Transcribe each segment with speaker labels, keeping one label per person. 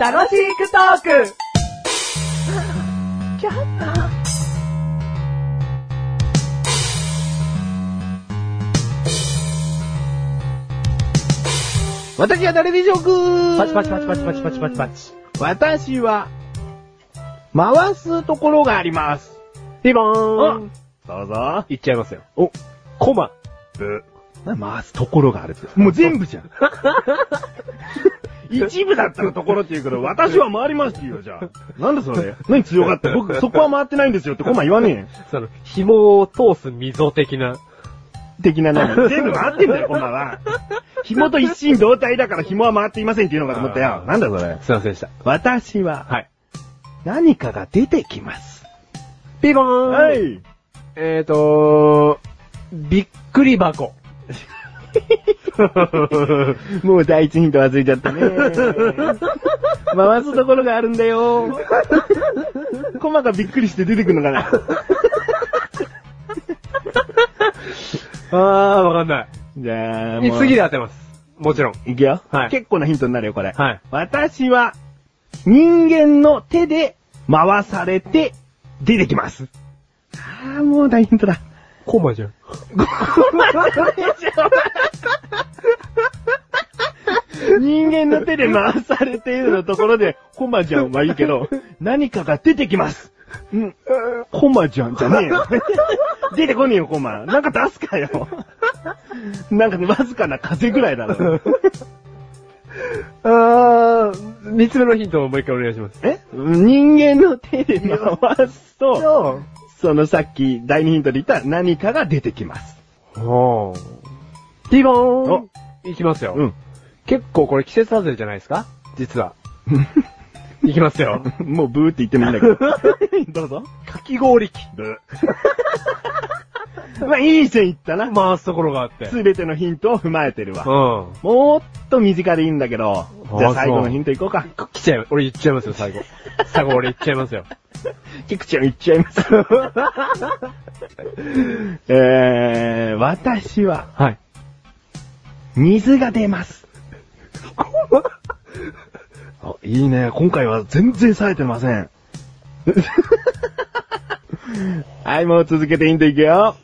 Speaker 1: 楽しくトーク
Speaker 2: 私は誰でしょうく
Speaker 3: パチパチパチパチパチパチパチパチ。
Speaker 2: 私は、回すところがあります。
Speaker 3: ピボーン
Speaker 2: どうぞ。
Speaker 3: いっちゃいますよ。
Speaker 2: お、
Speaker 3: コマ。ブ。
Speaker 2: な回すところがあるって。もう全部じゃ ん。一部だったらところって言うけど、私は回りますって言うよ、じゃあ。なんでそれ何強がって。僕、そこは回ってないんですよってコマ言わねえよ。
Speaker 3: その、紐を通す溝的な。
Speaker 2: 的な何全部回ってんだよ、コマは。紐と一心同体だから紐は回っていませんっていうのかと思ったよ。なんだそれ。
Speaker 3: すいませんでした。
Speaker 2: 私は、
Speaker 3: はい。
Speaker 2: 何かが出てきます。
Speaker 3: ピボーン
Speaker 2: はい。
Speaker 3: えーとびっくり箱。
Speaker 2: もう第一ヒント忘れちゃったね。 回すところがあるんだよ。コマがびっくりして出てくるのかな。
Speaker 3: あー、わかんな
Speaker 2: じゃあ、
Speaker 3: い。
Speaker 2: もう。
Speaker 3: 次で当てます。もちろん。
Speaker 2: いくよ。
Speaker 3: はい
Speaker 2: 結構なヒントになるよ、これ。
Speaker 3: はい
Speaker 2: 私は、人間の手で回されて出てきます。ああ、もう大ヒントだ。
Speaker 3: コマじゃん。
Speaker 2: 人間の手で回されているのところで、コマじゃんはいいけど、何かが出てきます。うん、コマじゃんじゃねえよ。 出てこねえよ、コマ。なんか出すかよ。なんかね、わずかな風ぐらいだろ。
Speaker 3: あー、三つ目のヒントをもう一回お願いします。
Speaker 2: え人間の手で回す と、
Speaker 3: そ
Speaker 2: そのさっき第2ヒントで言った何かが出てきます。
Speaker 3: う。はー。ピボーンいきますよ。
Speaker 2: うん。
Speaker 3: 結構これ季節外れじゃないですか実 は。いきますよ。
Speaker 2: もうブーって言ってもいいんだけど。 どうぞ。
Speaker 3: かき氷機。
Speaker 2: ブー。まあ、いい線いったな。
Speaker 3: 回すところがあって。
Speaker 2: すべてのヒントを踏まえてるわ。
Speaker 3: う
Speaker 2: もっと身近でいいんだけど、じゃあ最後のヒントいこうか。
Speaker 3: ん。来ちゃう。俺言っちゃいますよ、 最後。最後俺言っちゃいますよ。
Speaker 2: 菊ちゃんいっちゃいます。 えー、私は、
Speaker 3: はい。
Speaker 2: 水が出ます。 あいいね。今回は全然冴えてません。 はい、もう続けてヒントいくよ。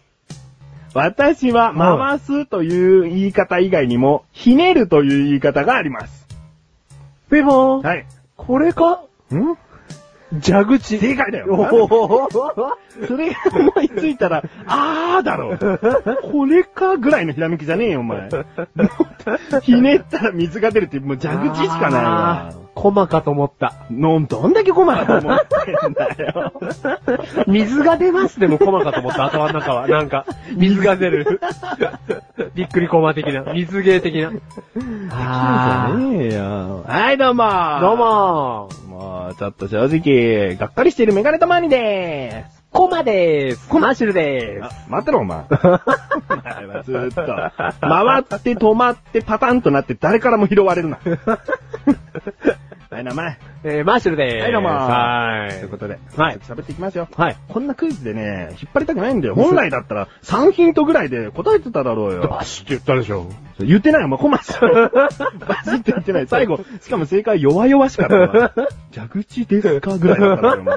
Speaker 2: 私は、回すという言い方以外にも、ひねるという言い方があります。
Speaker 3: ピボーン。
Speaker 2: はい。
Speaker 3: これか
Speaker 2: ん
Speaker 3: 蛇口。
Speaker 2: 正解だよ。
Speaker 3: お
Speaker 2: それが思いついたら、 あーだろ。これかぐらいのひらめきじゃねえよ、お 前。ひねったら水が出るって、もう蛇口しかないわ。
Speaker 3: コマかと思った。
Speaker 2: の、どんだけ困ると思ってんだよ。
Speaker 3: 水が出ますでもコマかと思った、頭の中は。なんか、水が出 る。びっくりコマ的な。水芸的な。あー
Speaker 2: ねえよ。はい、どうも
Speaker 3: どう。もー。
Speaker 2: もう、ちょっと正直、がっかりしているメガネたまにでーす。
Speaker 3: コマでーす。コマーシュルで
Speaker 2: あ、待ってろ、お前。お前はずーっと。回って、止まって、パタンとなって、誰からも拾われるな。はい、名前。
Speaker 3: す。えー、マーシュルでーす。
Speaker 2: はい、どうも。
Speaker 3: は
Speaker 2: という
Speaker 3: ー
Speaker 2: ことで、
Speaker 3: はい
Speaker 2: 喋っていきますよ。
Speaker 3: い。はい。
Speaker 2: こんなクイズでね、引っ張りたくないんだよ。本来だったら、3ヒントぐらいで答えてただろうよ。
Speaker 3: シって言ったでしょ。
Speaker 2: 言ってないよ、お前、コマッシュ。バシって言ってない。最後、しかも正解弱々しかったわ。蛇口ですかぐらいだからよ、お前。な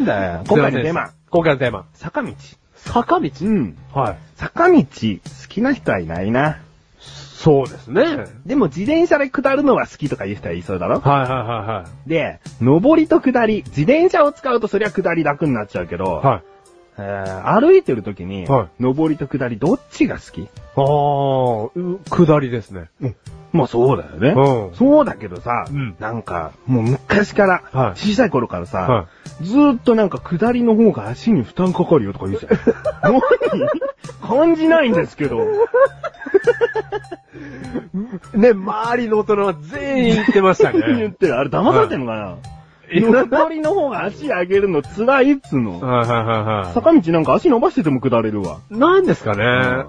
Speaker 2: んだよ。今回のテーマ、。
Speaker 3: 今回のテーマ。
Speaker 2: 坂道。
Speaker 3: 坂道
Speaker 2: うん。
Speaker 3: はい。
Speaker 2: 坂道、好きな人はいないな。
Speaker 3: そうですね。はいはい
Speaker 2: でも自転車で下るのは好きとかいう人はいそうだろ
Speaker 3: は
Speaker 2: で、上りと下り、自転車を使うとそりゃ下り楽になっちゃうけど、
Speaker 3: いはい。はい。
Speaker 2: えー歩いてる時に、
Speaker 3: は
Speaker 2: 上りと下りどっちが好き
Speaker 3: あー、う下りですね。
Speaker 2: まあそうだよね
Speaker 3: うん
Speaker 2: そうだけどさ、
Speaker 3: うん
Speaker 2: なんか、もう昔から、
Speaker 3: はい
Speaker 2: 小さい頃からさ、
Speaker 3: は
Speaker 2: ずーっとなんか下りの方が足に負担かかるよとか 言うじゃん。何感じないんですけど。
Speaker 3: ね、周りの大人は全員言ってまし た
Speaker 2: 言っ
Speaker 3: ね。
Speaker 2: てる。あれ騙されてんのかな、
Speaker 3: い
Speaker 2: 上りの方が足上げるの辛いっつうの。
Speaker 3: はいはいはいは
Speaker 2: 坂道なんか足伸ばしてても下れるわ。
Speaker 3: い。なんですかね。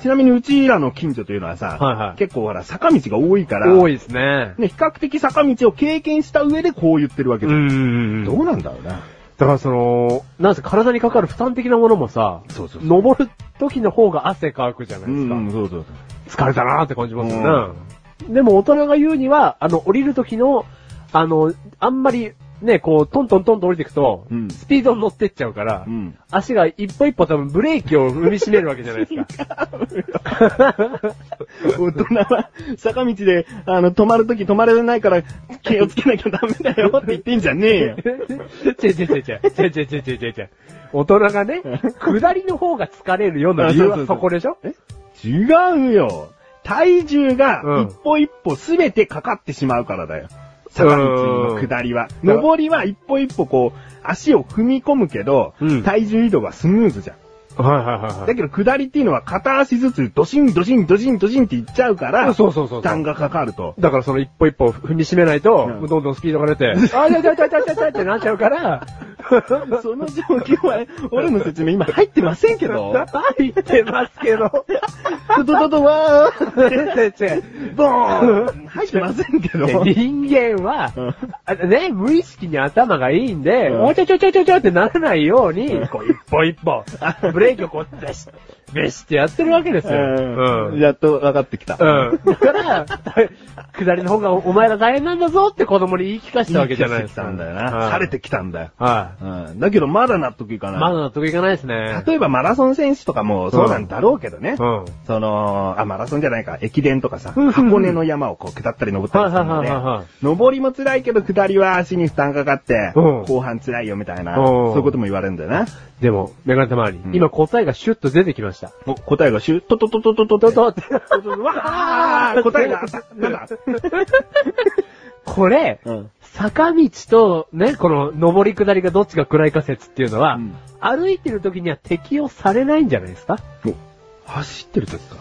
Speaker 2: ちなみにうちらの近所というのはさ、
Speaker 3: はいはい
Speaker 2: 結構ほら坂道が多いから、
Speaker 3: 多いですね。
Speaker 2: ね、比較的坂道を経験した上でこう言ってるわけ
Speaker 3: う
Speaker 2: で、
Speaker 3: ん。
Speaker 2: どうなんだろうな。
Speaker 3: だからその、なんせ体にかかる負担的なものもさ、
Speaker 2: そうそうそう
Speaker 3: 登る時の方が汗乾くじゃないですか。
Speaker 2: そうそうそう。
Speaker 3: 疲れたなーって感じますよね。でも大人が言うには、あの、降りる時の、あの、あんまり、ね、こう、トントントンと降りていくと、
Speaker 2: うん
Speaker 3: スピードに乗ってっちゃうから、
Speaker 2: うん。
Speaker 3: 足が一歩一歩多分ブレーキを踏みしめるわけじゃないですか。
Speaker 2: 大人は、坂道で、あの、止まるとき止まれないから、気をつけなきゃダメだよ って言ってんじゃねえよ。
Speaker 3: ちぇちぇちぇちぇ、ちぇちぇちぇちぇちぇちぇ。大人がね、下りの方が疲れるような理
Speaker 2: あそうそ
Speaker 3: 由
Speaker 2: う
Speaker 3: は
Speaker 2: そう
Speaker 3: そこでしょ
Speaker 2: 違うよ。体重
Speaker 3: う
Speaker 2: が
Speaker 3: ん
Speaker 2: 一歩一歩すべてかかってしまうからだよ。坂道の下りは。
Speaker 3: うん
Speaker 2: 上りは一歩一歩こう、足を踏み込むけど、
Speaker 3: うん
Speaker 2: 体重移動がスムーズじゃん。
Speaker 3: はいはいは
Speaker 2: だけど下りっていうのは片足ずつドシンドシンドシンドシンっていっちゃうから、
Speaker 3: そうそうそうそう
Speaker 2: 負担がかかると。
Speaker 3: だからその一歩一歩踏みしめないと、
Speaker 2: うん
Speaker 3: どんどんスピードが出て、あ、痛い痛い痛い痛い痛いってなっちゃうから、
Speaker 2: その状況は、俺の説明今入ってませんけど。
Speaker 3: 入ってますけど、
Speaker 2: ドドドドワーンって
Speaker 3: 先生、
Speaker 2: ボーン入ってませんけど。
Speaker 3: 人間は、
Speaker 2: うん
Speaker 3: あね、無意識に頭がいいんで、
Speaker 2: うん
Speaker 3: おちょちょちょちょちょってならないように、
Speaker 2: うん
Speaker 3: こう一歩一 歩、ブレーキをこう、ベシッ、ベシッってやってるわけですよ。
Speaker 2: うん
Speaker 3: うん
Speaker 2: やっと分かってきた。
Speaker 3: だから、下りの方がおお前ら大変なんだぞって子供に言い聞かせたわけじゃな
Speaker 2: 生
Speaker 3: いで
Speaker 2: きてき
Speaker 3: す
Speaker 2: た
Speaker 3: か。
Speaker 2: んだよ
Speaker 3: は
Speaker 2: な。
Speaker 3: い
Speaker 2: 晴れてきたんだよ。
Speaker 3: は
Speaker 2: うん。だけどまだ納得いか
Speaker 3: い。
Speaker 2: ない。
Speaker 3: まだ納得いかないですね。
Speaker 2: 例えばマラソン選手とかもそうなんだろうけどね。
Speaker 3: うん。
Speaker 2: その、あ、マラソンじゃないか、駅伝とかさ、
Speaker 3: うんうんうん
Speaker 2: 箱根の山をこう下ったり登ったりするので
Speaker 3: はいはいはいはいはい、
Speaker 2: 登りも辛いけど下りは足に負担かかって、
Speaker 3: うん
Speaker 2: 後半辛いよみたいな、
Speaker 3: うん
Speaker 2: そういうことも言われるんだよな。
Speaker 3: でも、メガネたまわり、
Speaker 2: ん
Speaker 3: 今答えがシュッと出てきました。
Speaker 2: お答えがシュッとととととと
Speaker 3: ちょ
Speaker 2: と
Speaker 3: っと待って。
Speaker 2: わー答えがあったなんだ
Speaker 3: これ、
Speaker 2: うん
Speaker 3: 坂道とね、この上り下りがどっちが暗いか説っていうのは、
Speaker 2: うん
Speaker 3: 歩いてる時には適用されないんじゃないですか
Speaker 2: 走ってる時か。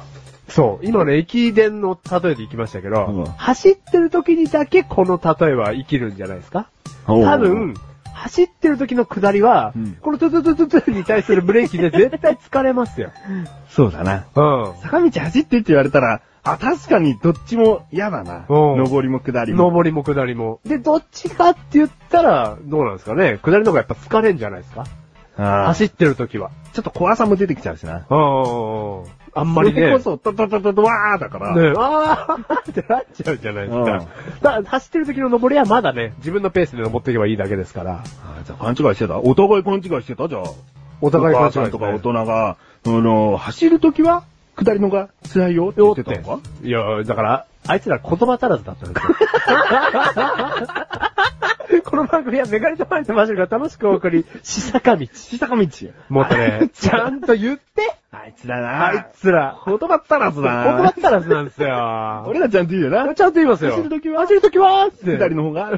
Speaker 3: そう。今ね、駅伝の例えで行きましたけど、
Speaker 2: うん
Speaker 3: 走ってる時にだけこの例えは生きるんじゃないですか
Speaker 2: おー
Speaker 3: 多分、走ってる時の下りは、
Speaker 2: うん
Speaker 3: このトゥトゥトゥトゥトゥに対するブレーキで絶対疲れますよ。
Speaker 2: そうだな。
Speaker 3: うん。
Speaker 2: 坂道走ってって言われたら、あ、確かにどっちも嫌だな。
Speaker 3: うん
Speaker 2: 上りも下りも。
Speaker 3: 上りも下りも。で、どっちかって言ったら、どうなんですかね下りの方がやっぱ疲れんじゃないですか
Speaker 2: あー
Speaker 3: 走ってる時は。
Speaker 2: ちょっと怖さも出てきちゃうしな。
Speaker 3: うん。あんまり
Speaker 2: それ
Speaker 3: ね。
Speaker 2: こそ、トトトトトワーだから。
Speaker 3: ねあー ってなっちゃうじゃないですか。
Speaker 2: うん
Speaker 3: だから走ってる時の上りはまだね、自分のペースで登っていけばいいだけですから。
Speaker 2: あじゃあ勘違いしてたお互い勘違いしてたじゃあ。
Speaker 3: お互い
Speaker 2: お
Speaker 3: 勘違
Speaker 2: 母
Speaker 3: いしてた
Speaker 2: さんとか大人が、あの、走るときは、下りのが辛いよって言ってたのか
Speaker 3: いや、だから、あいつら言葉足らずだったんですよ。 この番組はメガネとマネとマジルが楽しくお送り、し坂道。
Speaker 2: 下坂道。
Speaker 3: もっとね、 ちゃんと言って、
Speaker 2: あいつだな。
Speaker 3: あいつら。
Speaker 2: 言葉足らずだな。
Speaker 3: 言葉足らずなんですよ。
Speaker 2: 俺らちゃんと言うよな。
Speaker 3: ちゃんと言いますよ。
Speaker 2: 走る
Speaker 3: ときは走るときはって。
Speaker 2: 下りの方が。